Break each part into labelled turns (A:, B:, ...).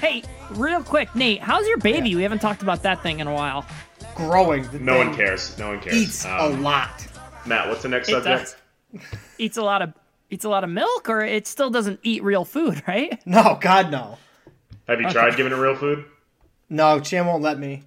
A: hey real quick nate how's your baby we haven't talked about that thing in a while
B: Growing. The
C: No
B: thing
C: one cares. No one cares.
B: Eats
C: Um,
B: a lot.
C: Matt, what's the next
A: it
C: subject?
A: does eats a lot of eats a lot of milk or it still doesn't eat real food right
B: No, God, no.
C: Have you tried giving it real food?
B: No, Chan won't let me.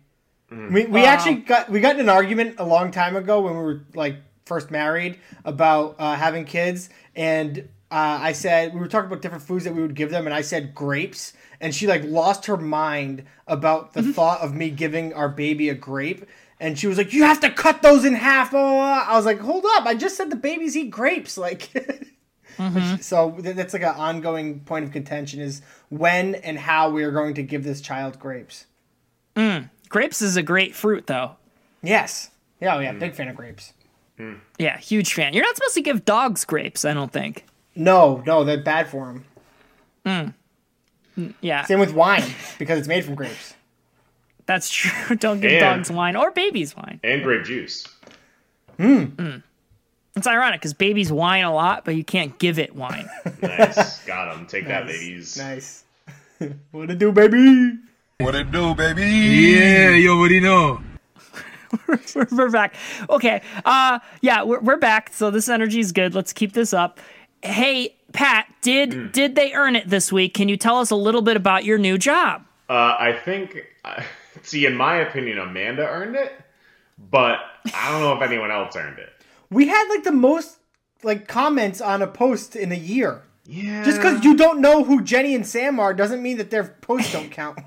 B: We, we actually got we got in an argument a long time ago when we were like first married about uh, having kids, and uh, I said we were talking about different foods that we would give them, and I said grapes, and she like lost her mind about the thought of me giving our baby a grape, and she was like, "You have to cut those in half." blah, blah, blah." I was like, "Hold up! I just said the babies eat grapes." Like, so th- that's like an ongoing point of contention is when and how we are going to give this child grapes.
A: grapes is a great fruit though
B: Yes. Yeah, oh, yeah, big fan of grapes.
A: yeah huge fan you're not supposed to give dogs grapes i don't think
B: No, no, they're bad for them.
A: yeah
B: Same with wine because it's made from grapes.
A: that's true don't give
C: And-
A: dogs wine or babies wine
C: And grape juice.
A: It's ironic because babies whine a lot, but you can't give it wine.
C: Nice. Got him. Take that, ladies.
B: Nice. what it do, baby?
D: What it do, baby? Yeah, you already know.
A: we're, we're back. Okay. Uh, yeah, we're, we're back. So this energy is good. Let's keep this up. Hey, Pat, did
C: Hmm.
A: did they earn it this week? Can you tell us a little bit about your new job?
C: Uh, I think, see, in my opinion, Amanda earned it, but I don't know if anyone else earned it.
B: We had like the most like comments on a post in a year.
C: Yeah.
B: Just because you don't know who Jenny and Sam are doesn't mean that their posts don't count.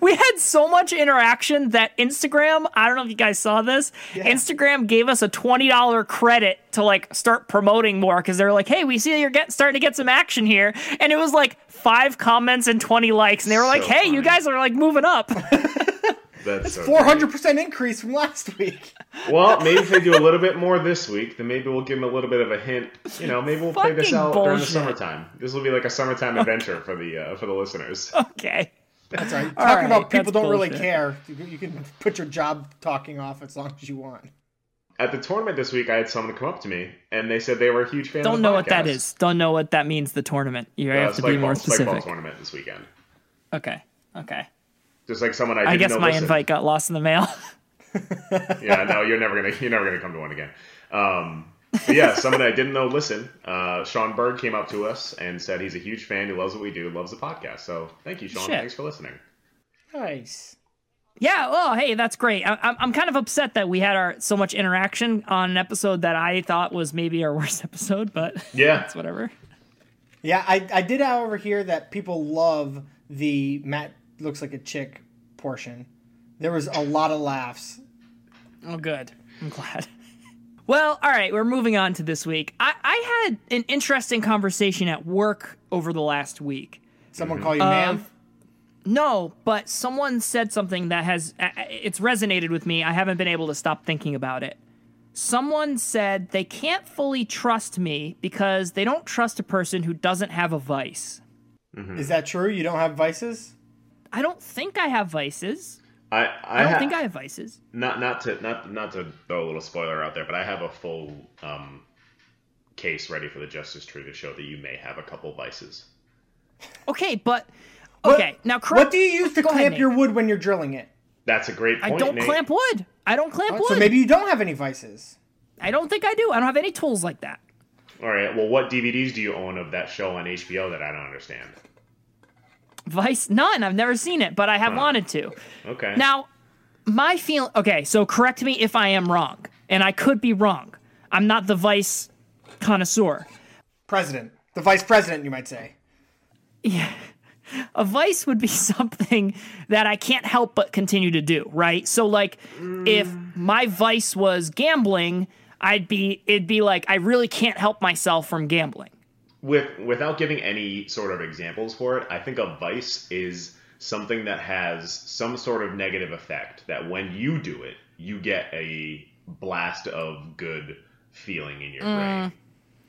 A: We had so much interaction that Instagram, I don't know if you guys saw this, Instagram gave us a $20 credit to like start promoting more because they were like, hey, we see you're get, starting to get some action here. And it was like five comments and 20 likes. And they were
C: So
A: like, hey, you
C: funny.
A: guys are like moving up.
C: That's so
B: Four hundred percent increase from last week.
C: great. Well, maybe if they do a little bit more this week, then maybe we'll give them a little bit of a hint. You know, maybe we'll play this
A: Fucking
C: out during the
A: bullshit.
C: summertime. This will be like a summertime adventure for the uh, for the listeners.
A: okay.
B: That's right. Talking
A: right,
B: about people
A: that's
B: don't really
A: bullshit. care,
B: care. You, can- you can put your job talking off as long as you want.
C: At the tournament this week, I had someone come up to me and they said they were a huge fan. of
A: Don't
C: the
A: know what that
C: podcast.
A: is. Don't know what that means. The tournament. You
C: Uh,
A: have to be
C: spike
A: more
C: ball, spike ball
A: specific.
C: tournament this weekend.
A: Okay. Okay.
C: Just like someone I didn't
A: I guess
C: know
A: my
C: listened.
A: invite got lost in the mail.
C: yeah, no, you're never gonna you're never gonna come to one again. Um, but yeah, someone I didn't know. Listen, uh, Sean Berg came up to us and said he's a huge fan. He loves what we do. Loves the podcast. So thank you, Sean.
A: Shit.
C: Thanks for listening.
B: Nice.
A: yeah. Well, hey, that's great. I, I'm I'm kind of upset that we had our so much interaction on an episode that I thought was maybe our worst episode, but
C: Yeah,
A: it's whatever.
B: Yeah, I, I did, however, hear that people love the Matt looks like a chick portion. There was a lot of laughs.
A: Oh, good. I'm glad. Well, all right, we're moving on to this week. I, I had an interesting conversation at work over the last week.
B: Someone
C: Mm-hmm.
B: call you ma'am?
A: No, but someone said something that has I- I- it's resonated with me. I haven't been able to stop thinking about it. Someone said they can't fully trust me because they don't trust a person who doesn't have a vice. Um,
B: Is that true? You don't have vices?
A: I don't think I have vices.
C: I I,
A: I don't
C: ha-
A: think I have vices.
C: not not to not not to throw a little spoiler out there, but I have a full um, case ready for the Justice Tree to show that you may have a couple vices.
A: Okay, but okay, now correct.
B: What do you use to
A: Go ahead,
B: clamp
A: Nate.
B: your wood when you're drilling it?
C: That's a great
A: I
C: point.
A: don't
C: Nate.
A: clamp wood. I don't clamp wood.
B: Oh, So maybe you don't have any vices.
A: I don't think I do. I don't have any tools like that.
C: All right. Well, what DVDs do you own of that show on HBO that I don't understand?
A: Vice none. I've never seen it, but I have wanted to.
C: Okay.
A: Now, my feel okay, so correct me if I am wrong, and I could be wrong. I'm not the vice connoisseur.
B: President. The vice president, you might say.
A: a vice would be something that I can't help but continue to do, right? So like if my vice was gambling, I'd be it'd be like I really can't help myself from gambling.
C: with without giving any sort of examples for it, I think a vice is something that has some sort of negative effect that when you do it, you get a blast of good feeling in your
A: Mm.
C: brain.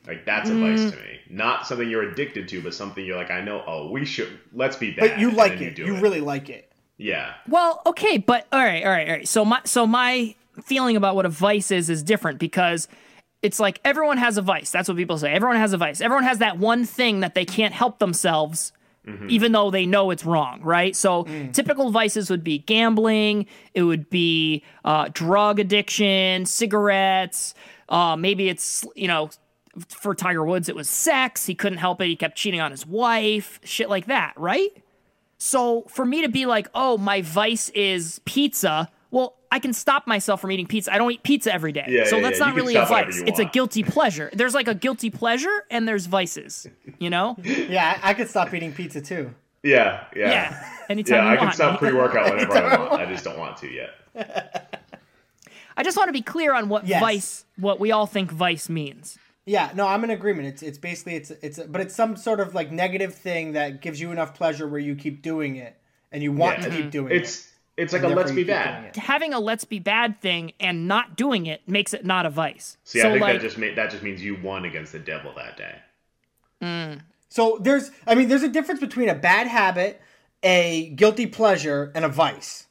C: Like that's a vice to me. Not something you're addicted to, but something you're like, I know, oh, we should let's be bad.
B: But you
C: and
B: like
C: then
B: it.
C: do
B: You really like it.
C: Yeah.
A: Well, okay, but all right, all right, all right. So my so my feeling about what a vice is is different because it's like everyone has a vice. That's what people say. Everyone has a vice. Everyone has that one thing that they can't help themselves
C: Hmm.
A: even though they know it's wrong, right? So typical vices would be gambling, it would be uh, drug addiction, cigarettes, uh, maybe it's, you know, for Tiger Woods, it was sex. He couldn't help it. He kept cheating on his wife, shit like that, right? So for me to be like, oh, my vice is pizza, well, I can stop myself from eating pizza. I don't eat pizza every day.
C: Yeah,
A: so
C: yeah,
A: that's
C: yeah.
A: not
C: You can
A: really a
C: stop whatever
A: vice.
C: you
A: It's a
C: want.
A: guilty pleasure. There's like a guilty pleasure and there's vices, you know?
B: Yeah, I, I could stop eating pizza too.
C: Yeah. Yeah.
A: Yeah. Anytime
C: Yeah,
A: you
C: I can
A: want.
C: stop pre workout whenever I want. I just don't want to yet.
A: I just want to be clear on what
B: Yes.
A: vice, what we all think vice means.
B: Yeah, no, I'm in agreement. It's it's basically it's it's but it's some sort of like negative thing that gives you enough pleasure where you keep doing it and you want
C: Yeah.
B: to
A: Mm-hmm.
B: keep doing it.
C: It's it's like a
B: Therefore,
C: let's
B: you
C: be
B: keep doing
C: bad.
B: it.
A: Having a let's be bad thing and not doing it makes it not a vice.
C: See,
A: so
C: I think
A: like,
C: that just ma- that just means you won against the devil that day.
B: So there's, I mean, there's a difference between a bad habit, a guilty pleasure, and a vice.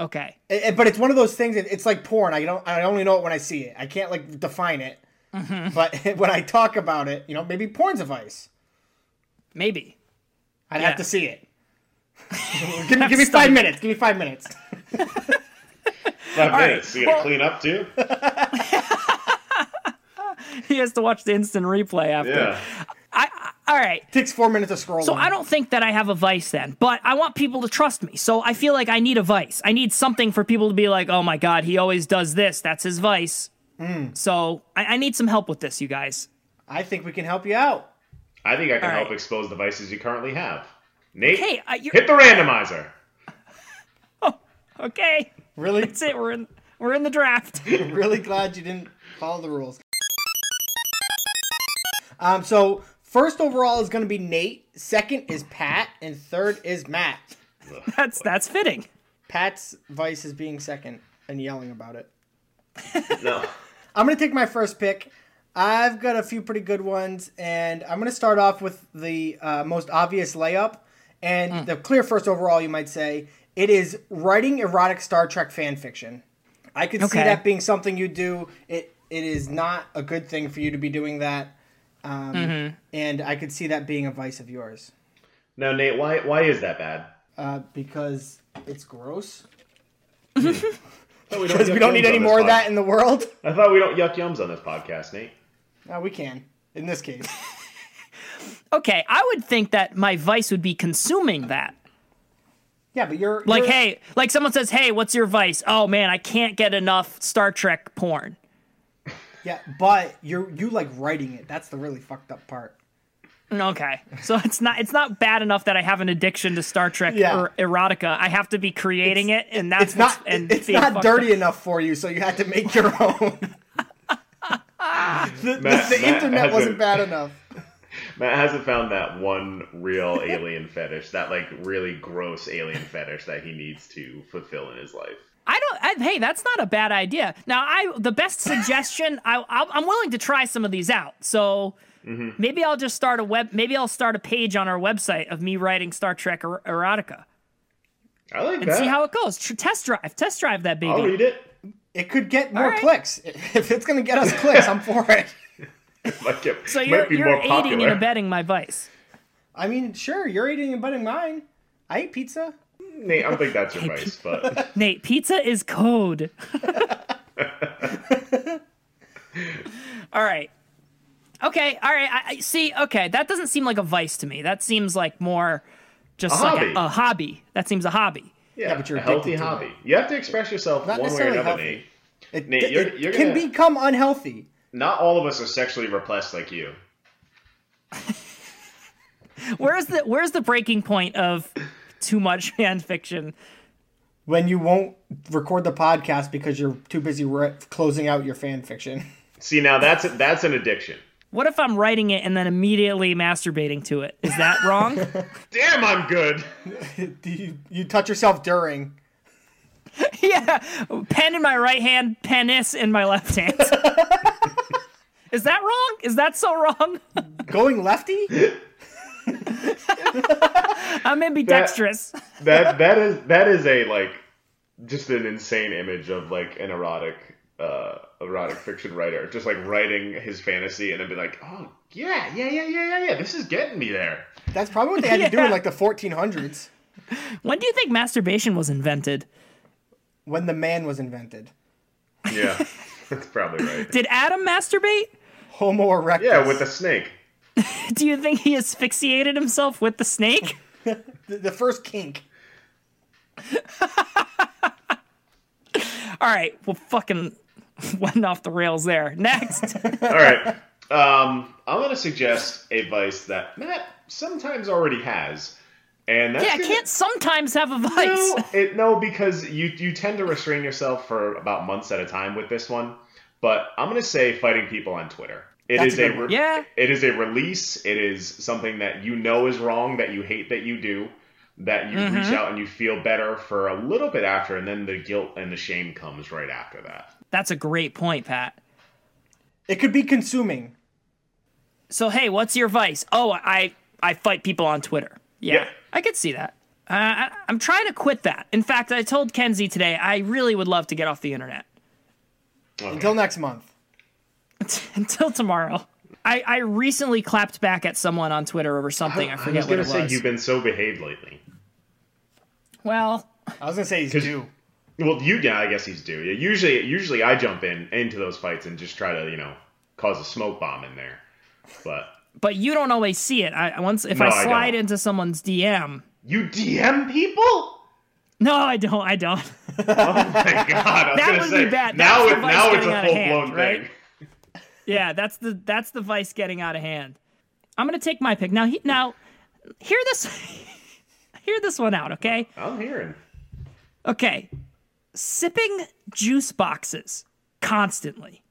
A: okay.
B: It- it- but it's one of those things. That it's like porn. I don't. I only know it when I see it. I can't like define it.
A: Mm-hmm.
B: But when I talk about it, you know, maybe porn's a vice.
A: Maybe.
B: I'd
A: Yeah.
B: have to see it. give, me- give me five minutes. Give me five minutes.
C: Five
A: right,
C: minutes. You gotta
A: well-
C: clean up too.
A: He has to watch the instant replay after.
C: Yeah.
A: I, I, all right.
B: Takes four minutes to scroll.
A: So I don't think that I have a vice then, but I want people to trust me. So I feel like I need a vice. I need something for people to be like, oh my God, he always does this. That's his vice. So I, I need some help with this, you guys.
B: I think we can help you out.
C: I think I can
A: All
C: help
A: right.
C: expose the vices you currently have. Nate,
A: Hey, uh, you're,
C: hit the randomizer.
A: okay.
B: Really,
A: That's it. We're in, we're in the draft.
B: really glad you didn't follow the rules. Um. So first overall is going to be Nate. Second is Pat, and third is Matt.
A: That's that's fitting.
B: Pat's vice is being second and yelling about it.
C: No.
B: I'm gonna take my first pick. I've got a few pretty good ones, and I'm gonna start off with the uh, most obvious layup and
A: Hmm.
B: the clear first overall. You might say it is writing erotic Star Trek fan fiction. I could see
A: Okay.
B: that being something you do. It it is not a good thing for you to be doing that, um,
A: Mm-hmm.
B: and I could see that being a vice of yours
C: No, Nate, why why is that bad?
B: uh, because it's gross.
C: No, we
B: Because we
C: yuck
B: don't need
C: yums
B: any
C: on
B: more of
C: this
B: that in the world.
C: pod- I thought we don't yuck yums on this podcast, Nate.
B: No, we can in this case.
A: Okay, I would think that my vice would be consuming that.
B: Yeah, but you're
A: Like,
B: you're-
A: hey, like someone says, hey, what's your vice? Oh man, I can't get enough Star Trek porn.
B: Yeah, but you're you like writing it. That's the really fucked up part.
A: Mm, Okay, so it's not it's not bad enough that I have an addiction to Star Trek
B: Yeah.
A: or erotica. I have to be creating it, and that's
B: It's not
A: what's- and
B: it's
A: being
B: not
A: fucked
B: dirty
A: up.
B: enough for you, so you had to make your own. the, the
C: Matt- Matt
B: internet
C: has
B: wasn't
C: a-
B: bad enough.
C: Matt hasn't found that one real alien fetish, that like really gross alien fetish that he needs to fulfill in his life.
A: I don't. I, hey, that's not a bad idea. Now, I the best suggestion. I I'll, I'm willing to try some of these out. So
B: Mm-hmm.
A: maybe I'll just start a web. Maybe I'll start a page on our website of me writing Star Trek er- erotica.
C: I like
A: and
C: that.
A: see how it goes. Tr- test drive, test drive that baby.
C: I'll read it.
B: It could get more
A: right.
B: clicks. If it's gonna get us clicks, I'm for it.
C: Might get-
A: so
C: might
A: you're
C: be
A: you're
C: more
A: aiding
C: popular.
A: and abetting my vice.
B: I mean, sure, you're eating and butting mine. I eat pizza.
C: Nate, I don't think that's your vice, but
A: Nate, pizza is code. all right. Okay, all right. I, I see. Okay, that doesn't seem like a vice to me. That seems like more just
C: A
A: like
C: hobby.
A: A, a hobby. That seems a hobby.
C: yeah,
B: but you're
C: a healthy
B: addicted to
C: hobby. You have to express yourself
B: Not
C: one way or
B: necessarily
C: another,
B: healthy.
C: Nate.
B: It,
C: Nate,
B: it-
C: you're-
B: it
C: you're
B: can
C: gonna-
B: become unhealthy.
C: Not all of us are sexually repressed like you.
A: Where's the Where's the breaking point of too much fan fiction?
B: When you won't record the podcast because you're too busy re- closing out your fan fiction.
C: See, now that's that's an addiction.
A: What if I'm writing it and then immediately masturbating to it? Is that wrong?
C: Damn, I'm good.
B: Do you, you touch yourself during?
A: yeah, pen in my right hand, penis in my left hand. Is that wrong? Is that so wrong?
B: Going lefty?
A: I'm ambidextrous.
C: That that is that is a like just an insane image of like an erotic uh erotic fiction writer just like writing his fantasy and then be like, "Oh, yeah, yeah, yeah, yeah, yeah, yeah. This is getting me there."
B: That's probably what they had to do in like the 1400s
A: when do you think masturbation was invented?
B: when the man was invented.
C: Yeah. That's probably right.
A: Did Adam masturbate?
B: Homo erectus.
C: Yeah, with the snake.
A: Do you think he asphyxiated himself with the snake?
B: the, the first kink.
A: All right, well, fucking went off the rails there. Next.
C: All right. Um, I'm going to suggest a vice that Matt sometimes already has. And that's
A: yeah,
C: gonna-
A: can't sometimes have a vice.
C: No, it, no, because you you tend to restrain yourself for about months at a time with this one. But I'm gonna say fighting people on Twitter. It
B: That's
C: is
B: a
C: a,
B: good
C: re-
B: one.
A: Yeah.
C: It is a release. It is something that you know is wrong that you hate that you do that you
A: Mm-hmm.
C: reach out and you feel better for a little bit after, and then the guilt and the shame comes right after that.
A: That's a great point, Pat.
B: It could be consuming.
A: So, hey, what's your vice? Oh, I I fight people on Twitter. Yeah,
C: Yeah.
A: I could see that. Uh, I, I'm trying to quit that. In fact, I told Kenzie today I really would love to get off the internet.
C: Okay.
B: Until next month.
A: until tomorrow. I, I recently clapped back at someone on Twitter over something. I,
C: I was
A: forget what
C: gonna
A: it
C: say
A: was.
C: you've been so behaved lately.
A: Well,
B: I was gonna say he's
C: 'Cause-
B: due.
C: Well, you yeah, I guess he's due. Yeah, usually, usually I jump in into those fights and just try to you know cause a smoke bomb in there, but.
A: but you don't always see it. I once if
C: No,
A: I
C: I
A: slide
C: don't.
A: into someone's DM.
C: You DM people?
A: No, I don't. I don't.
C: My God, I was
A: That
C: gonna
A: would
C: say,
A: be bad.
C: Now,
A: That's
C: it,
A: the vice
C: now it's
A: getting
C: a
A: out of
C: full
A: hand,
C: blown
A: right?
C: thing.
A: Yeah, that's the that's the vice getting out of hand. I'm gonna take my pick now. He, now, hear this, hear this one out, okay?
C: I'm hearing.
A: Okay, sipping juice boxes constantly.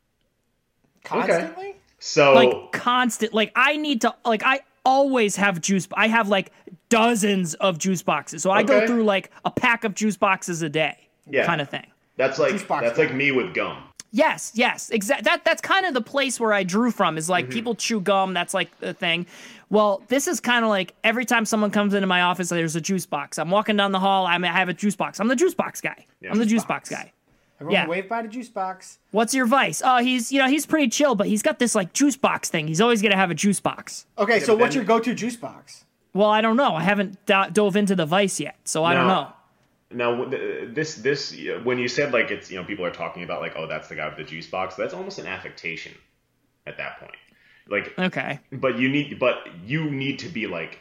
B: Constantly?
C: So
A: like constant like i need to like i always have juice i have like dozens of juice boxes so i go
C: Okay.
A: through like a pack of juice boxes a day
C: Yeah.
A: kind of thing
C: that's like
B: juice box
C: that's
B: guy.
C: like me with gum.
A: yes yes exact that that's kind of the place where i drew from is like people chew gum that's like the thing well this is kind of like every time someone comes into my office there's a juice box i'm walking down the hall I'm, i have a juice box i'm the juice box guy i'm the
C: juice
A: juice box guy
B: Everyone
A: Yeah.
B: wave by the juice box.
A: what's your vice oh he's you know he's pretty chill but he's got this like juice box thing he's always gonna have a juice box
B: Okay, so
C: but
B: what's
C: then-
B: your go-to juice box?
A: Well, I don't know. I haven't do- dove into the vice yet, so I don't
C: No.
A: know.
C: Now wh- th- this this uh, when you said like it's you know people are talking about like oh that's the guy with the juice box that's almost an affectation at that point. Like
A: Okay.
C: but you need but you need to be like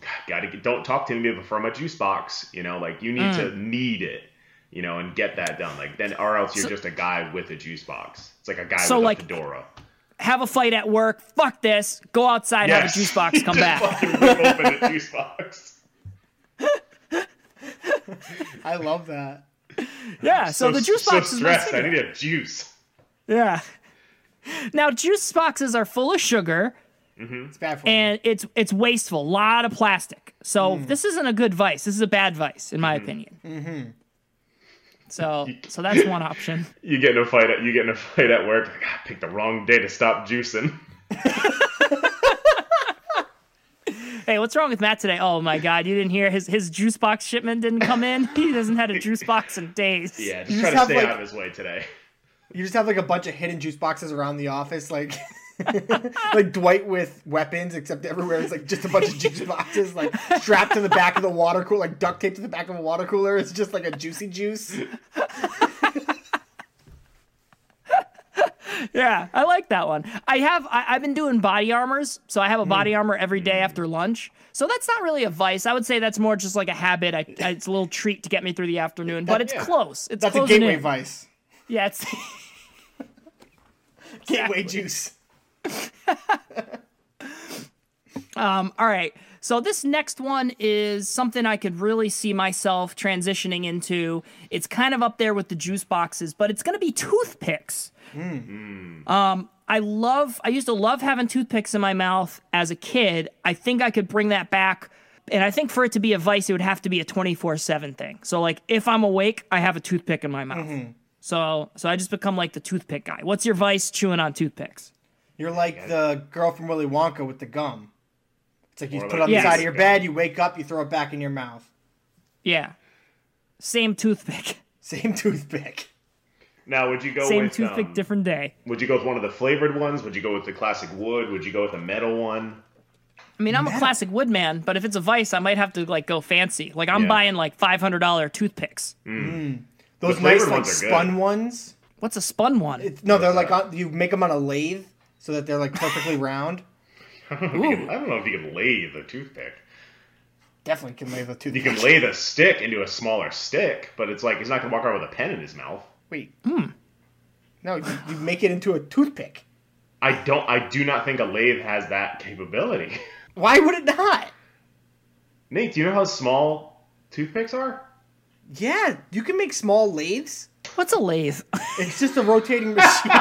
C: "God, gotta get- don't talk to me from a juice box you know like you need
A: Mm.
C: to need it you know and get that done like then or else you're just a guy with a juice box it's like a guy
A: So,
C: with
A: like,
C: a fedora
A: Have a fight at work. Fuck this. Go outside, have a
C: Yes.
A: juice box, come back.
C: Fucking rip open the juice box
B: I love that.
A: Yeah, so, the juice box
C: so
A: is my
C: stressed i need a juice
A: Yeah. Now, juice boxes are full of sugar
B: It's bad for you.
A: and it's it's wasteful, a lot of plastic. So
C: Hmm.
A: this isn't a good vice. This is a bad vice in my
C: Mm-hmm.
A: opinion. Mhm. So so that's one option.
C: you get in a fight at you get in a fight at work like, "Ah, i picked the wrong day to stop juicing
A: Hey, what's wrong with Matt today? Oh my god, you didn't hear his his juice box shipment didn't come in. He hasn't had a juice box in days.
C: yeah
B: You
C: just try
B: just have,
C: to stay
B: like-
C: out of his way today
B: You just have like a bunch of hidden juice boxes around the office, like like Dwight with weapons, except everywhere it's like just a bunch of juice boxes, like strapped to the back of the water cooler, like duct taped to the back of a water cooler. It's just like a juicy juice.
A: Yeah, I like that one. I have I, I've been doing body armors, so I have
B: Hmm.
A: a body armor every day after lunch. So that's not really a vice. I would say that's more just like a habit. I, I- it's a little treat to get me through the afternoon, but it's
C: yeah.
A: close. It's
B: That's a
A: closing
B: gateway
A: in.
B: vice.
A: Yeah, it's
B: Gateway juice.
A: Um, all right. So this next one is something I could really see myself transitioning into. It's kind of up there with the juice boxes, but it's going to be toothpicks. Um, I love. I used to love having toothpicks in my mouth as a kid. I think I could bring that back. And I think for it to be a vice, it would have to be a 24 7 thing. So, like, if I'm awake, I have a toothpick in my mouth. So, so I just become like the toothpick guy. What's your vice chewing on toothpicks?
B: You're like the girl from Willy Wonka with the gum. It's like you
C: Or
B: put
C: like
B: it on the
A: Yes.
B: side of your bed, you wake up, you throw it back in your mouth.
A: Yeah. Same toothpick.
B: Same toothpick.
C: Now, would you go
A: Same
C: with
A: toothpick,
C: um,
A: different day.
C: Would you go with one of the flavored ones? Would you go with the classic wood? Would you go with a metal one?
A: I mean, I'm a classic wood man, but if it's a vice, I might have to like go fancy. Like I'm
C: Yeah.
A: buying like $500 toothpicks.
B: Those nice like
C: flavored ones are good.
B: spun ones.
A: What's a spun one?
B: It's, no, they're like on, you make them on a lathe so that they're like perfectly round.
C: I don't know if you can- I don't know if you can lathe a toothpick.
B: Definitely can lathe a toothpick.
C: You can lathe a stick into a smaller stick, but it's like he's not gonna walk around with a pen in his mouth.
B: Wait. No, you, you make it into a toothpick.
C: I don't. I do not think a lathe has that capability.
B: Why would it not?
C: Nate, do you know how small toothpicks are?
B: Yeah, you can make small lathes.
A: What's a lathe?
B: It's just a rotating machine.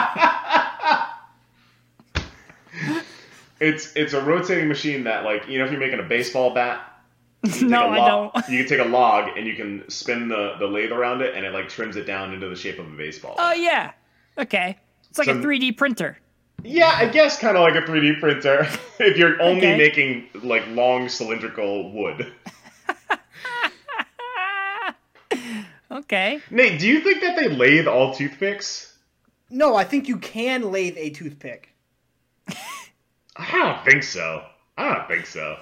C: It's it's a rotating machine that like you know if you're making a baseball bat. you can
A: No,
C: take a
A: I
C: log-
A: don't.
C: You can take a log and you can spin the, the lathe around it, and it like trims it down into the shape of a baseball.
A: Oh yeah. Okay. It's like a
C: Some-
A: 3D printer.
C: Yeah, I guess kind of like a 3D printer if you're only
A: Okay.
C: making like long cylindrical wood.
A: Ah! Okay.
C: Nate, do you think that they lathe all toothpicks?
B: no, I think you can lathe a toothpick.
C: I don't think so. I don't think so.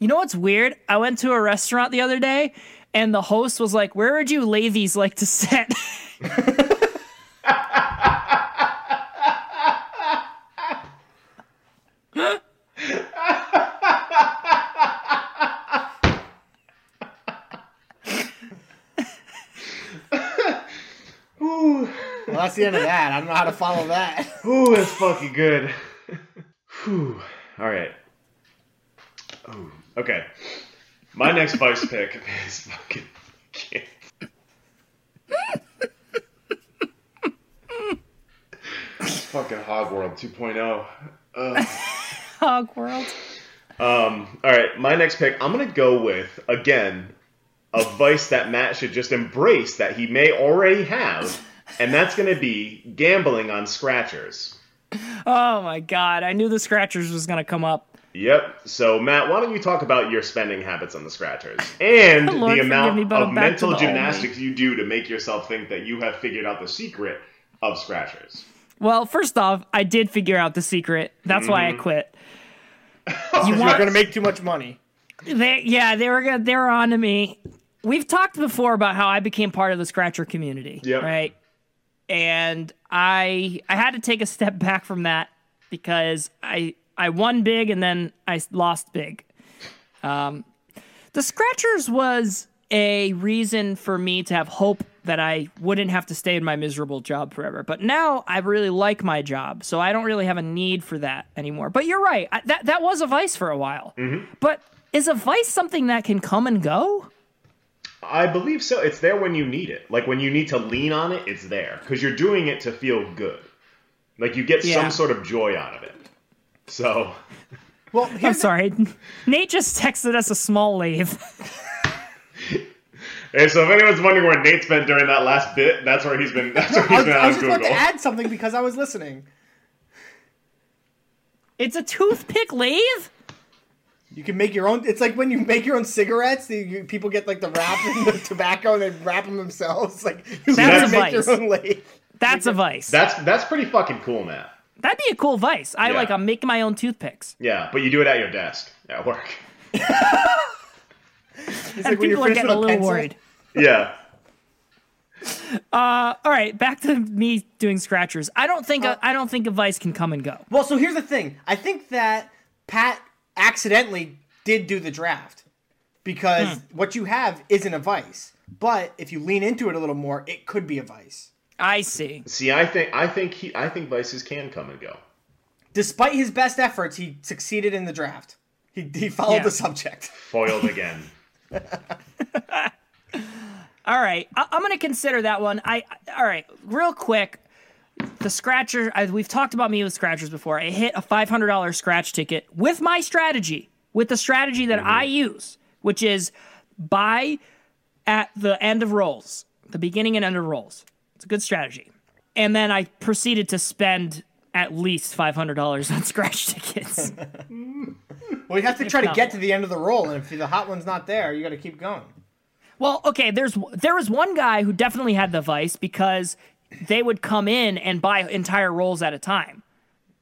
A: You know what's weird? I went to a restaurant the other day and the host was like, "Where would you lathies like to sit?"
C: Ooh,
B: Well, that's the end of that. I don't know how to follow that.
C: ooh, that's fucking good. Whew. All right. Ooh. Okay. My next vice pick is fucking. It's fucking Hogworld 2.0. Ugh.
A: Hog World.
C: Um, all right, my next pick, I'm going to go with, again, a vice that Matt should just embrace that he may already have, and that's going to be gambling on scratchers.
A: Oh my god. I knew the scratchers was going to come up.
C: Yep. So, Matt, why don't you talk about your spending habits on the scratchers and
A: Lord,
C: the
A: forgive
C: amount
A: me, but
C: of
A: I'm back to
C: mental
A: the only.
C: gymnastics you do to make yourself think that you have figured out the secret of scratchers?
A: Well, first off, I did figure out the secret. That's why I quit. You
B: You're gonna
A: want,
B: make too much money.
A: they, yeah, they were gonna, they were on to me. We've talked before about how I became part of the scratcher community,
C: Yep.
A: right? And I I had to take a step back from that because I I won big and then I s- lost big. Um, The Scratchers was a reason for me to have hope that I wouldn't have to stay in my miserable job forever. But now I really like my job, so I don't really have a need for that anymore. But you're right. I, that that was a vice for a while. But is a vice something that can come and go?
C: I believe so. It's there when you need it. Like when you need to lean on it, it's there because you're doing it to feel good. Like you get
A: Yeah.
C: some sort of joy out of it. So
B: Well,
A: I'm
B: here's the-
A: sorry. Nate just texted us a small lathe.
C: And so if anyone's wondering where Nate's been during that last bit, that's where he's been. That's where
B: I
C: he's
B: was,
C: been
B: I was
C: on
B: just about
C: Google.
B: to add something because I was listening.
A: It's a toothpick lathe?
B: You can make your own. It's like when you make your own cigarettes. The you, people get like the wrap and the tobacco, and they wrap them themselves. Like you
A: That's
B: can
A: a
B: make your
A: vice.
B: own lathe.
A: That's a vice.
C: That's that's pretty fucking cool, Matt.
A: That'd be a cool vice. I
C: Yeah.
A: like I'm making my own toothpicks.
C: Yeah, but you do it at your desk at work.
B: It's
A: And
B: like when you're
A: people are
B: finished
A: getting a
B: with a
A: little
B: pencil.
A: worried.
C: Yeah.
A: All right, back to me doing scratchers. I don't think I I don't think a vice can come and go.
B: Well, so here's the thing. I think that Pat accidentally did do the draft because
A: Hmm.
B: what you have isn't a vice, but if you lean into it a little more, it could be a vice.
A: I see.
C: See, I think I think he I think vices can come and go.
B: Despite his best efforts, he succeeded in the draft. He, he followed
A: Yeah.
B: the subject.
C: Foiled again.
A: All right, I- I'm going to consider that one. I I- all right, real quick. The scratcher. I, we've talked about me with scratchers before. I hit a $500 scratch ticket with my strategy, with the strategy that I use, which is buy at the end of rolls, the beginning and end of rolls. It's a good strategy. And then I proceeded to spend at least $500 on scratch tickets.
B: Well, you have to try to
A: not-
B: get to the end of the roll, and if the hot one's not there, you got to keep going.
A: Well, okay, there's there was one guy who definitely had the vice because they would come in and buy entire rolls at a time.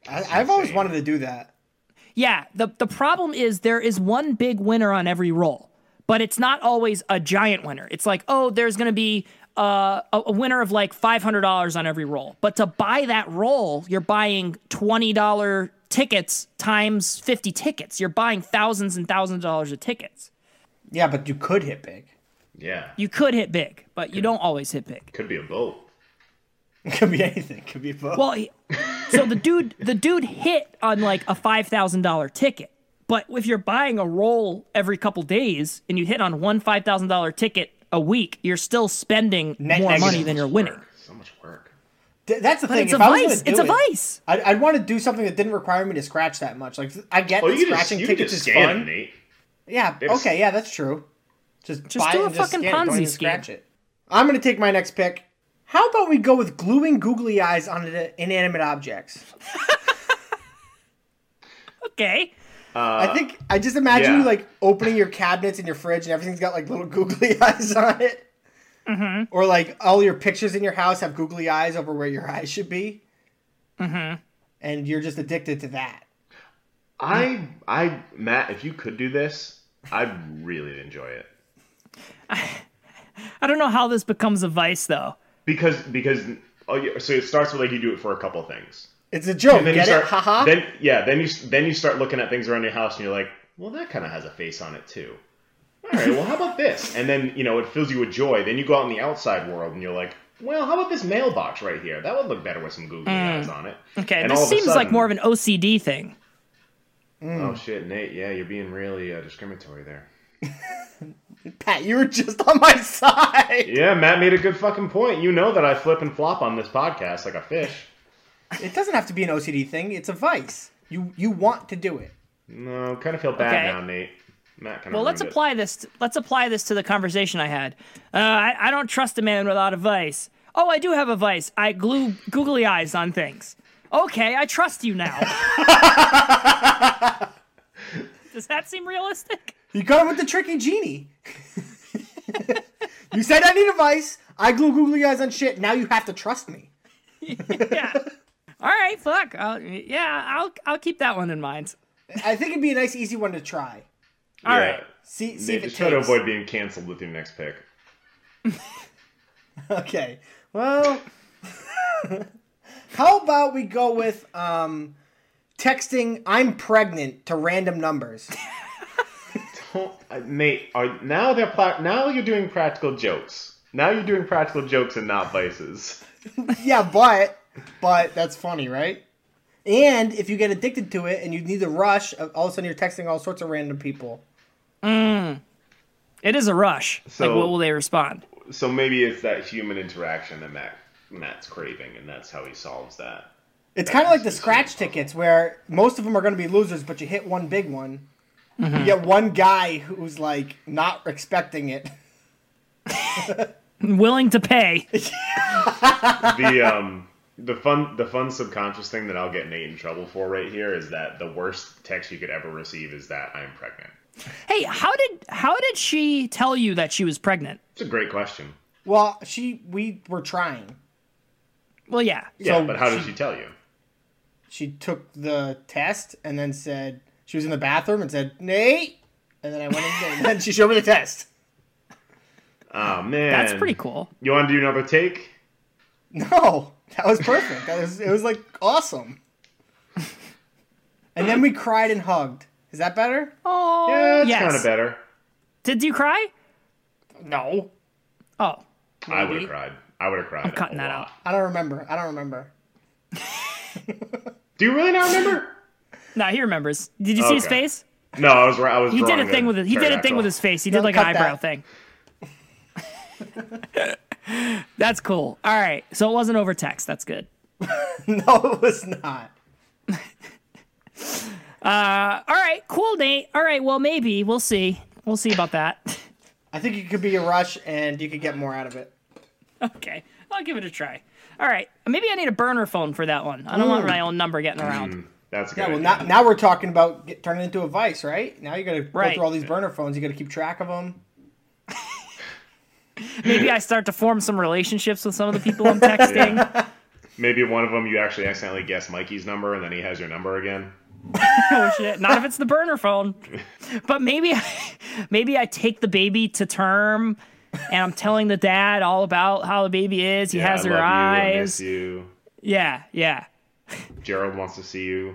B: I, I've always
C: insane.
B: wanted to do that.
A: Yeah, the the problem is there is one big winner on every roll, but it's not always a giant winner. It's like, oh, there's going to be uh, a, a winner of like $500 on every roll. But to buy that roll, you're buying $20 tickets times 50 tickets. You're buying thousands and thousands of dollars of tickets.
B: Yeah, but you could hit big.
C: Yeah.
A: You could hit big, but you don't always hit big.
C: Could be a boat.
B: It could be anything. It could be both.
A: Well, he, so the dude the dude hit on like a five thousand dollar ticket. But if you're buying a roll every couple days and you hit on one five thousand dollar ticket a week, you're still spending
B: Net
A: more
B: negative.
A: money than you're winning.
C: Work. So much work.
B: Th- that's the thing.
A: it's
B: if
A: a
B: I was gonna
A: vice.
B: do
A: It's a
B: it,
A: vice.
B: I'd, I'd want to do something that didn't require me to scratch that much. Like I get
C: Oh,
B: that
C: you can just,
B: scratching
C: you can
B: tickets
C: just
B: is
C: scan it,
B: fun.
C: Nate.
B: Yeah.
C: There's-
B: Okay. Yeah, that's true. Just,
A: Just
B: buy
A: do
B: it
A: a
B: and just
A: fucking
B: scan it, don't
A: Ponzi
B: even
A: scheme.
B: Scratch it. I'm gonna take my next pick. How about we go with gluing googly eyes onto the inanimate objects?
A: Okay.
B: I think I just imagine
C: yeah.
B: you like opening your cabinets and your fridge and everything's got like little googly eyes on it. Mm-hmm. Or like all your pictures in your house have googly eyes over where your eyes should be. Mm-hmm. And you're just addicted to that.
C: I, I, Matt, if you could do this, I'd really enjoy it.
A: I don't know how this becomes a vice though.
C: Because, because, oh, yeah, so it starts with like you do it for a couple things.
B: It's a joke. Get
C: then you
B: it?
C: start,
B: Haha.
C: Then yeah, then you then you start looking at things around your house, and you're like, well, that kind of has a face on it too. All right, well, how about this? And then you know it fills you with joy. Then you go out in the outside world, and you're like, well, how about this mailbox right here? That would look better with some googly eyes on it.
A: Mm. Okay.
C: And all
A: this
C: of a
A: seems like
C: sudden-
A: more of an OCD thing.
C: Oh shit, Nate. Yeah, you're being really uh, discriminatory there.
B: Pat, you were just on my side.
C: Yeah, Matt made a good fucking point. You know that I flip and flop on this podcast like a fish.
B: It doesn't have to be an OCD thing. It's a vice. You you want to do it.
C: No, kind of feel bad
A: Okay.
C: now, Nate. Matt kind of.
A: Well, let's
C: ruined it.
A: apply this. Let's apply this to the conversation I had. Uh, I, I don't trust a man without a vice. Oh, I do have a vice. I glue googly eyes on things. Okay, I trust you now. Does that seem realistic?
B: You got him with the tricky genie. you said I need a vice. I glue googly eyes on shit. Now you have to trust me.
A: Yeah. All right, fuck. I'll, yeah, I'll I'll keep that one in mind.
B: I think it'd be a nice, easy one to try.
A: All
C: Yeah.
A: right.
B: See, see
C: Nate,
B: if it
C: just try to
B: takes.
C: avoid being canceled with your next pick.
B: Okay. Well, how about we go with um, texting "I'm pregnant" to random numbers?
C: Don't, uh, Nate, are, now they're pla- now you're doing practical jokes. Now you're doing practical jokes and not vices.
B: yeah, but but that's funny, right? And if you get addicted to it and you need the rush, uh, all of a sudden you're texting all sorts of random people.
A: It is a rush.
C: So-
A: like, what will they respond?
C: So maybe it's that human interaction that Matt Matt's craving, and that's how he solves that.
B: It's kind of like the scratch tickets where most of them are going to be losers, but you hit one big one.
C: Mm-hmm.
B: You get one guy who's like not expecting it.
A: Willing to pay.
C: The um the fun the fun subconscious thing that I'll get Nate in trouble for right here is that the worst text you could ever receive is that I'm pregnant.
A: Hey, how did how did she tell you that she was pregnant?
C: It's a great question.
B: Well, she we were trying.
A: Well, yeah.
C: Yeah,
B: So
C: but how did she tell you?
B: she took the test and then said she was in the bathroom and said Nate, and then I went in and then she showed me the test.
C: Oh man,
A: That's pretty cool.
C: You want to do another take?
B: No, that was perfect. That was it was like awesome. And then we cried and hugged. Is that better?
A: Oh,
C: Yeah, it's
A: yes.
C: kind of better.
A: Did you cry?
B: No,
A: Oh,
C: I would
B: Maybe.
C: have cried. I would have cried. I'm
A: cutting that out.
B: I don't remember. I don't remember.
C: Do you really not remember?
A: no, he remembers. Did you see his
C: Okay.
A: face?
C: No, I was right. I was.
A: He did a
C: drawing
A: thing with his, he did a thing
C: pterodactyl.
A: with his face. He
B: No,
A: did like an
B: cut
A: eyebrow
B: that.
A: thing. That's cool. All right, so it wasn't over text. That's good.
B: No, it was not.
A: All right, cool, Nate. All right, well maybe we'll see. We'll see about that.
B: I think it could be a rush, and you could get more out of it.
A: okay, I'll give it a try. All right, maybe I need a burner phone for that one. I don't want my own number getting around.
C: Hmm. That's a good.
B: Yeah, well,
C: idea.
B: now, now we're talking about get, turning it into a vice, right? Now you got to go
A: Right.
B: through all these burner phones. You got to keep track of them.
A: Maybe I start to form some relationships with some of the people I'm texting.
C: Maybe one of them you actually accidentally guess Mikey's number and then he has your number again.
A: Oh, shit. Not if it's the burner phone. But maybe, maybe I take the baby to term, and I'm telling the dad all about how the baby is. He
C: Yeah,
A: has
C: I
A: her
C: love You, I
A: eyes.
C: miss you.
A: Yeah, yeah.
C: Gerald wants to see you.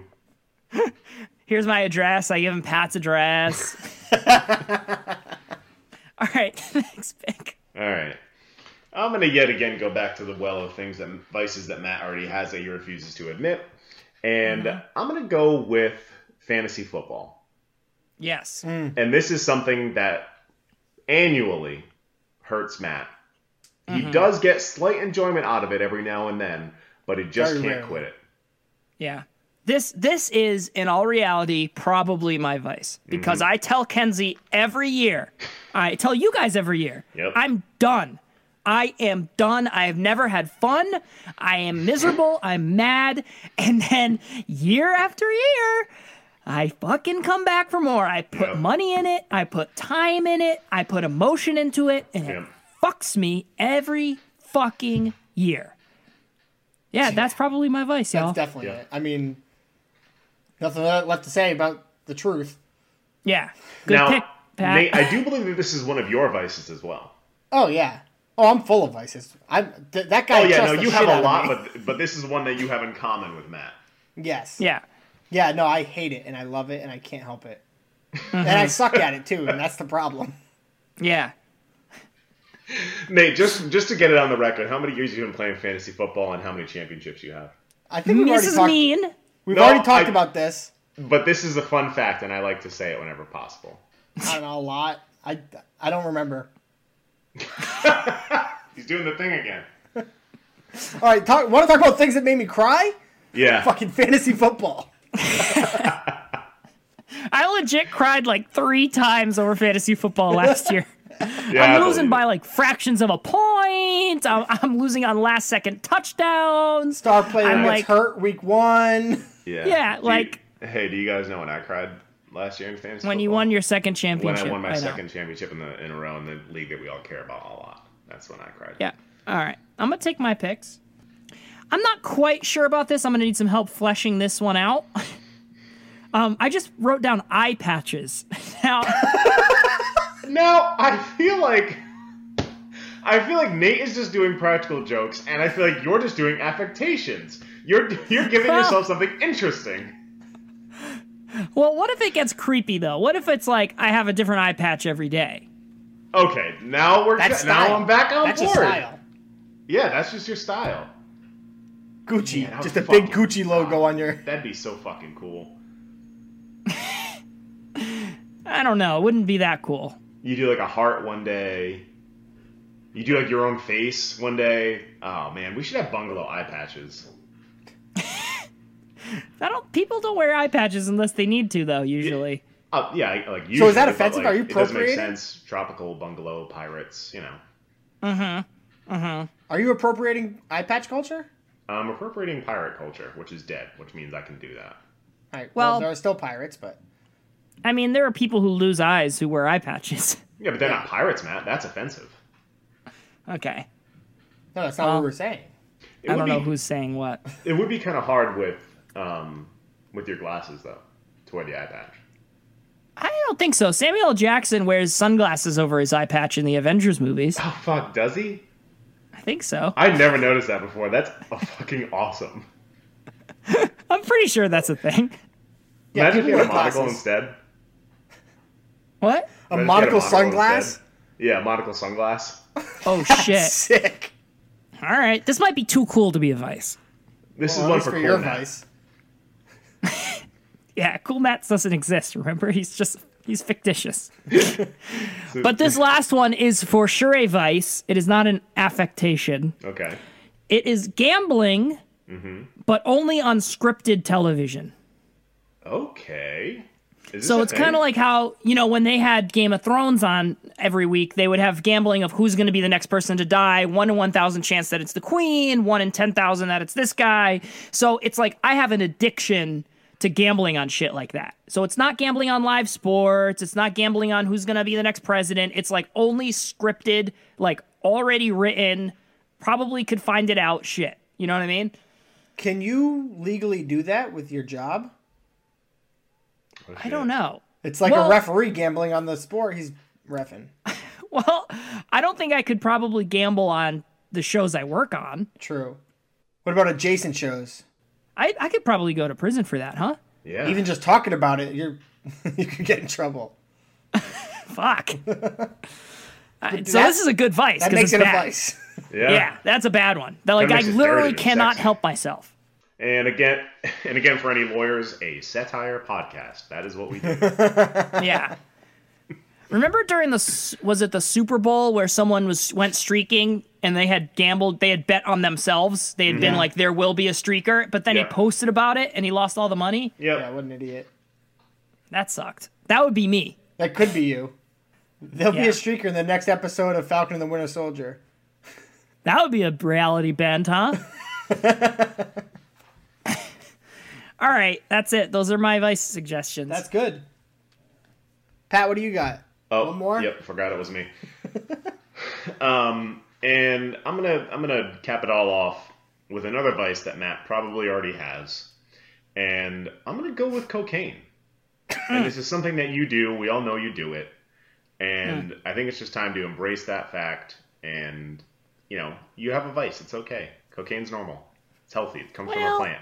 A: Here's my address. I give him Pat's address. all right, thanks, Vic.
C: All right. I'm going to yet again go back to the well of things that vices that Matt already has that he refuses to admit. And
A: Mm-hmm.
C: I'm going to go with fantasy football.
A: Yes.
C: And this is something that annually hurts Matt.
A: Mm-hmm.
C: He does get slight enjoyment out of it every now and then, but he just
B: Very
C: can't
B: rarely.
C: quit it.
A: Yeah. This this is in all reality probably my vice
C: Mm-hmm.
A: because I tell Kenzie every year. I tell you guys every year.
C: Yep.
A: I'm done. I am done. I have never had fun. I am miserable. I'm mad. And then year after year, I fucking come back for more. I put
C: Yep.
A: money in it. I put time in it. I put emotion into it, and it
C: Yep.
A: fucks me every fucking year. Yeah, that's probably my vice, y'all.
B: That's definitely
C: Yeah.
B: it. I mean, nothing le- left to say about the truth.
A: Yeah. Good
C: now,
A: pick, Pat.
C: Nate, I do believe that this is one of your vices as well.
B: Oh yeah. Oh, I'm full of vices. I th- that guy.
C: Oh yeah,
B: trusts
C: no,
B: the
C: you
B: shit
C: have
B: out
C: a
B: of
C: lot,
B: me.
C: but but this is one that you have in common with Matt.
B: yes.
A: yeah.
B: Yeah. No, I hate it, and I love it, and I can't help it,
A: Mm-hmm.
B: and I suck at it too, and that's the problem.
A: Yeah.
C: Nate, just just to get it on the record, how many years you been playing fantasy football and how many championships you have?
B: I think we've
A: this
B: already
A: is
B: talked.
A: mean.
B: We've
C: No,
B: already talked
C: I-
B: about this.
C: But this is a fun fact, and I like to say it whenever possible.
B: I don't know a lot. I I don't remember.
C: He's doing the thing again.
B: All right, talk. Want to talk about things that made me cry?
C: Yeah,
B: Fucking fantasy football.
A: I legit cried like three times over fantasy football last year.
C: yeah, I
A: I'm losing
C: believe
A: by
C: it.
A: like fractions of a point. I'm, I'm losing on last second touchdowns.
B: Star player
A: I'm
B: gets
A: like-
B: hurt week one.
C: yeah,
A: yeah,
C: Do you-
A: like-
C: hey, do you guys know when I cried last year in fantasy?
A: When you
C: football?
A: won your second
C: when
A: championship.
C: I won my
A: know.
C: second championship in the in a row in the league that we all care about a lot. That's when I cried.
A: Yeah. All right. I'm going to take my picks. I'm not quite sure about this. I'm going to need some help fleshing this one out. um, I just wrote down eye patches. now,
C: Now I feel like I feel like Nate is just doing practical jokes, and I feel like you're just doing affectations. You're you're giving
A: Well-
C: yourself something interesting.
A: well, what if it gets creepy though? What if it's like I have a different eye patch every day?
C: Okay, now we're
B: That's
C: now
B: style.
C: I'm back on
B: That's
C: board.
B: your style.
C: Yeah, that's just your style.
B: Gucci,
C: Man, I
B: just a
C: would
B: big
C: fucking
B: Gucci logo
C: die.
B: on your.
C: That'd be so fucking cool.
A: I don't know. It wouldn't be that cool.
C: You do like a heart one day. You do like your own face one day. Oh man, we should have bungalow eye patches.
A: I don't. People don't wear eye patches unless they need to, though. Usually,
C: Uh, yeah, I- like you.
B: that offensive? Are you
C: It doesn't make
B: appropriating?
C: sense. Tropical bungalow pirates. You know,
B: Are you appropriating eye patch culture?
C: I'm appropriating pirate culture, which is dead, which means I can do that.
B: All right.
A: Well-
B: Well, there are still pirates, but
A: I mean, there are people who lose eyes who wear eye patches.
C: Yeah, but they're not pirates, Matt. That's offensive.
A: okay,
B: no, that's not
A: Well-
B: what we were saying.
C: It
A: I
C: would
A: don't know
C: be-
A: who's saying what.
C: It would be kind of hard with, um, with your glasses though, to wear the eye patch.
A: I don't think so. Samuel L. Jackson wears sunglasses over his eye patch in the Avengers movies.
C: Oh fuck, does he?
A: I think so.
C: I never noticed that before. That's a fucking awesome.
A: I'm pretty sure that's a thing.
B: Yeah,
C: Imagine if
B: people
C: you had a
B: wear
C: monocle
B: glasses.
C: instead.
A: What?
B: A
C: Imagine if you had
B: monocle
C: instead.
B: sunglass.
C: Yeah, monocle sunglass.
A: Oh shit!
B: Sick.
A: All right, this might be too cool to be a vice.
C: This
B: Well,
C: is
B: at
C: one
B: least
C: for,
B: for
C: cool
B: your
C: Matt.
B: vice.
A: Yeah, Cool Mats doesn't exist. Remember, he's just he's fictitious. but this last one is for sure a vice. It is not an affectation.
C: Okay.
A: It is gambling, but only on scripted television.
C: Okay. Is this
A: So
C: a
A: it's kind
C: thing?
A: of like how, you know, when they had Game of Thrones on every week, they would have gambling of who's going to be the next person to die. One in 1,000 chance that it's the queen, one in 10,000 that it's this guy. So it's like I have an addiction to gambling on shit like that. So it's not gambling on live sports, it's not gambling on who's going to be the next president. It's like only scripted, like already written, probably could find it out shit. You know what I mean?
B: Can you legally do that with your job?
C: Oh,
A: I
C: shit.
A: don't know.
B: It's like
A: Well-
B: a referee gambling on the sport. He's refing.
A: Well, I don't think I could probably gamble on the shows I work on.
B: True. What about adjacent shows?
A: I, I could probably go to prison for that, huh?
C: Yeah.
B: Even just talking about it, you're you could get in trouble.
A: Fuck. Alright, so
B: that-
A: this is a good vice.
B: That
A: 'cause
B: makes
A: it's
B: it a
A: bad.
B: vice.
C: yeah.
A: Yeah, that's a bad one. That like
C: That
A: I
C: makes it
A: literally
C: dirty and
A: cannot
C: sexy.
A: help myself.
C: And again, and again for any lawyers, a satire podcast. That is what we do.
A: Yeah. Remember during the s- was it the Super Bowl where someone was went streaking and they had gambled, they had bet on themselves. They had been like there will be a streaker, but then
C: Mm-hmm. Yeah.
A: he posted about it and he lost all the money.
C: yep.
B: Yeah, what an idiot.
A: That sucked. That would be me.
B: That could be you. There'll be
A: Yeah.
B: a streaker in the next episode of Falcon and the Winter Soldier.
A: That would be a reality band, huh? All right, that's it. Those are my vice suggestions.
B: That's good. Pat, what do you got?
C: Oh,
B: One more?
C: Yep, forgot it was me. um, and I'm gonna I'm gonna cap it all off with another vice that Matt probably already has, and I'm gonna go with cocaine. and this is something that you do. We all know you do it, and I think it's just time to embrace that fact. And you know, you have a vice. It's okay. Cocaine's normal. It's healthy. It comes from a
A: Well-
C: plant.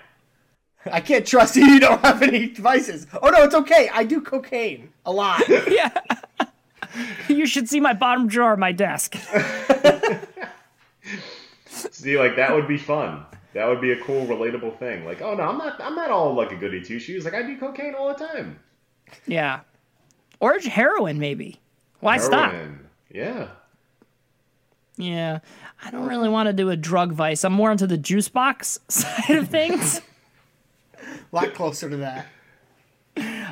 B: I can't trust you. You don't have any vices. Oh no, it's okay. I do cocaine a lot.
A: yeah. you should see my bottom drawer of my desk.
C: See, like that would be fun. That would be a cool, relatable thing. Like, oh no, I'm not. I'm not all like a goody two shoes. Like I do cocaine all the time.
A: Yeah. Or heroin, maybe. Why stop?
C: Heroin. Yeah.
A: Yeah. I don't really want to do a drug vice. I'm more into the juice box side of things.
B: A lot closer to that.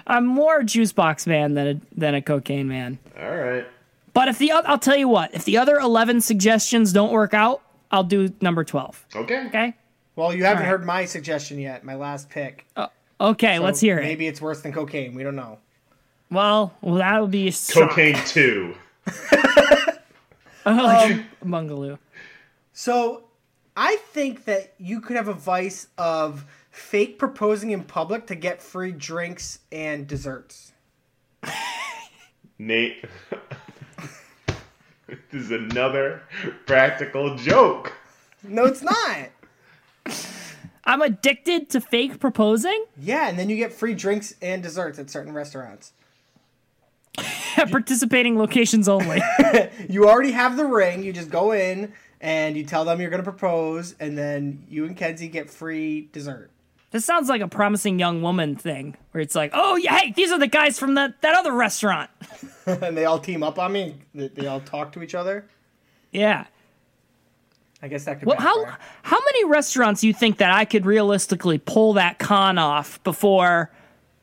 A: I'm more a juice box man than a, than a cocaine man.
C: All right.
A: But if the oth- I'll tell you what, if the other 11 suggestions don't work out, I'll do number 12.
C: Okay.
A: Okay?
B: Well, you haven't
A: All right.
B: heard my suggestion yet. My last pick.
A: Okay,
B: So
A: let's hear it.
B: Maybe it's worse than cocaine. We don't know.
A: Well, well, that would be a shock.
C: Cocaine two.
A: Oh, Bungaloo.
B: So, I think that you could have a vice of fake proposing in public to get free drinks and desserts.
C: Nate. this is another practical joke.
B: No, it's not.
A: I'm addicted to fake proposing.
B: Yeah, and then you get free drinks and desserts at certain restaurants.
A: At participating locations only.
B: You already have the ring. You just go in and you tell them you're going to propose, and then you and Kenzie get free dessert.
A: this sounds like a promising young woman thing, where it's like, oh yeah, hey, these are the guys from that that other restaurant.
B: and they all team up on me. They, they all talk to each other.
A: Yeah.
B: I guess that could.
A: Well, how
B: backfire.
A: how many restaurants you think that I could realistically pull that con off before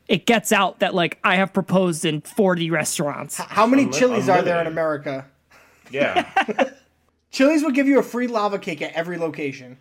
A: it gets out that like I have proposed in 40 restaurants?
B: how many
C: Unli-
B: Chili's are there in
C: unlimited.
B: America?
C: Yeah.
B: Chili's will give you a free lava cake at every location.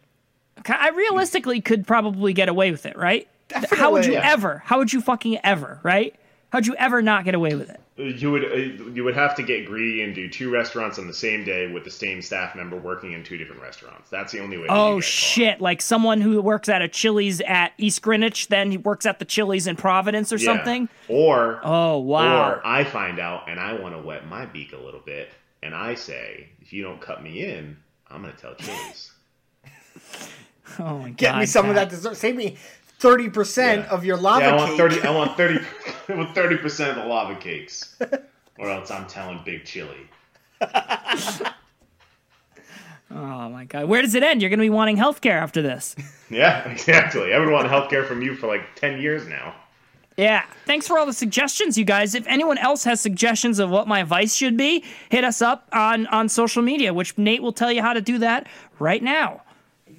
A: I realistically could probably get away with it, right? How would you
B: Definitely.
A: ever? How would you fucking ever, right? How'd you ever not get away with it?
C: you would uh, you would have to get greedy and do two restaurants on the same day with the same staff member working in two different restaurants. That's the only way. that you
A: Oh
C: get
A: shit! Like someone who works at a Chili's at East Greenwich, then he works at the Chili's in Providence or
C: caught. Yeah.
A: something.
C: Or
A: Oh wow!
C: Or I find out and I want to wet my beak a little bit, and I say, if you don't cut me in, I'm gonna tell Chili's.
A: oh my god!
B: Get me some of that dessert. Save me thirty percent
C: Yeah.
B: of your lava
C: yeah, I want
B: cake.
C: thirty. I want thirty. I want thirty percent of the lava cakes, or else I'm telling Big Chili.
A: Oh my god! Where does it end? You're gonna be wanting healthcare after this.
C: Yeah, exactly. I've been wanting healthcare from you for like ten years now.
A: Yeah. Thanks for all the suggestions, you guys. If anyone else has suggestions of what my vice should be, hit us up on, on social media, which Nate will tell you how to do that right now.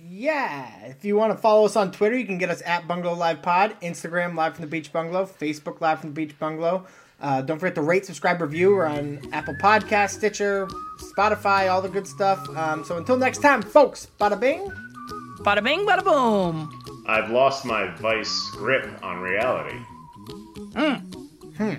B: Yeah. If you want to follow us on Twitter, you can get us at Bungalow Live Pod, Instagram Live from the Beach Bungalow, Facebook Live from the Beach Bungalow. Uh, don't forget to rate, subscribe, review. We're on Apple Podcast, Stitcher, Spotify, all the good stuff. Um, so until next time, folks, bada bing.
A: Bada bing, bada boom.
C: I've lost my vice grip on reality.
B: Hmm.